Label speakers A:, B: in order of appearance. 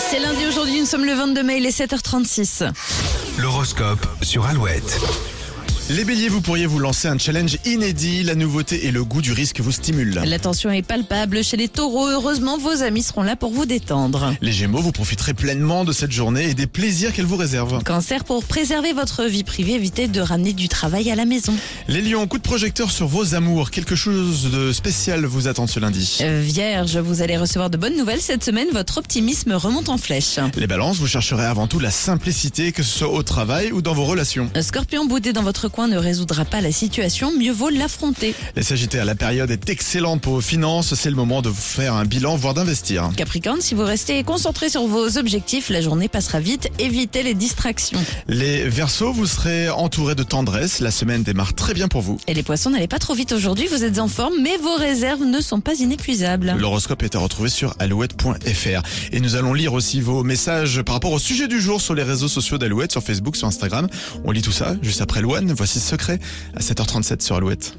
A: C'est lundi aujourd'hui, nous sommes le 22 mai, il est 7h36.
B: L'horoscope sur Alouette.
C: Les béliers, vous pourriez vous lancer un challenge inédit. La nouveauté et le goût du risque vous stimulent.
A: La tension est palpable chez les taureaux, heureusement vos amis seront là pour vous détendre.
C: Les gémeaux, vous profiterez pleinement de cette journée et des plaisirs qu'elle vous réserve.
A: Cancer, pour préserver votre vie privée, évitez de ramener du travail à la maison.
C: Les lions, coup de projecteur sur vos amours. Quelque chose de spécial vous attend ce lundi.
A: Euh, Vierge, vous allez recevoir de bonnes nouvelles cette semaine, votre optimisme remonte en flèche.
C: Les balances, vous chercherez avant tout la simplicité, que ce soit au travail ou dans vos relations.
A: Euh, Scorpion, bouder dans votre coin ne résoudra pas la situation, mieux vaut l'affronter.
C: Les sagittaires, la période est excellente pour vos finances. C'est le moment de vous faire un bilan, voire d'investir.
A: Capricorne, si vous restez concentré sur vos objectifs, la journée passera vite, évitez les distractions.
C: Les versos, vous serez entourés de tendresse. La semaine démarre très bien pour vous.
A: Et les poissons, n'allez pas trop vite aujourd'hui, vous êtes en forme, mais vos réserves ne sont pas inépuisables.
C: L'horoscope est à retrouver sur alouette.fr. Et nous allons lire aussi vos messages par rapport au sujet du jour sur les réseaux sociaux d'Alouette, sur Facebook, sur Instagram. On lit tout ça juste après Loane. Voici Secret à 7h37 sur Alouette.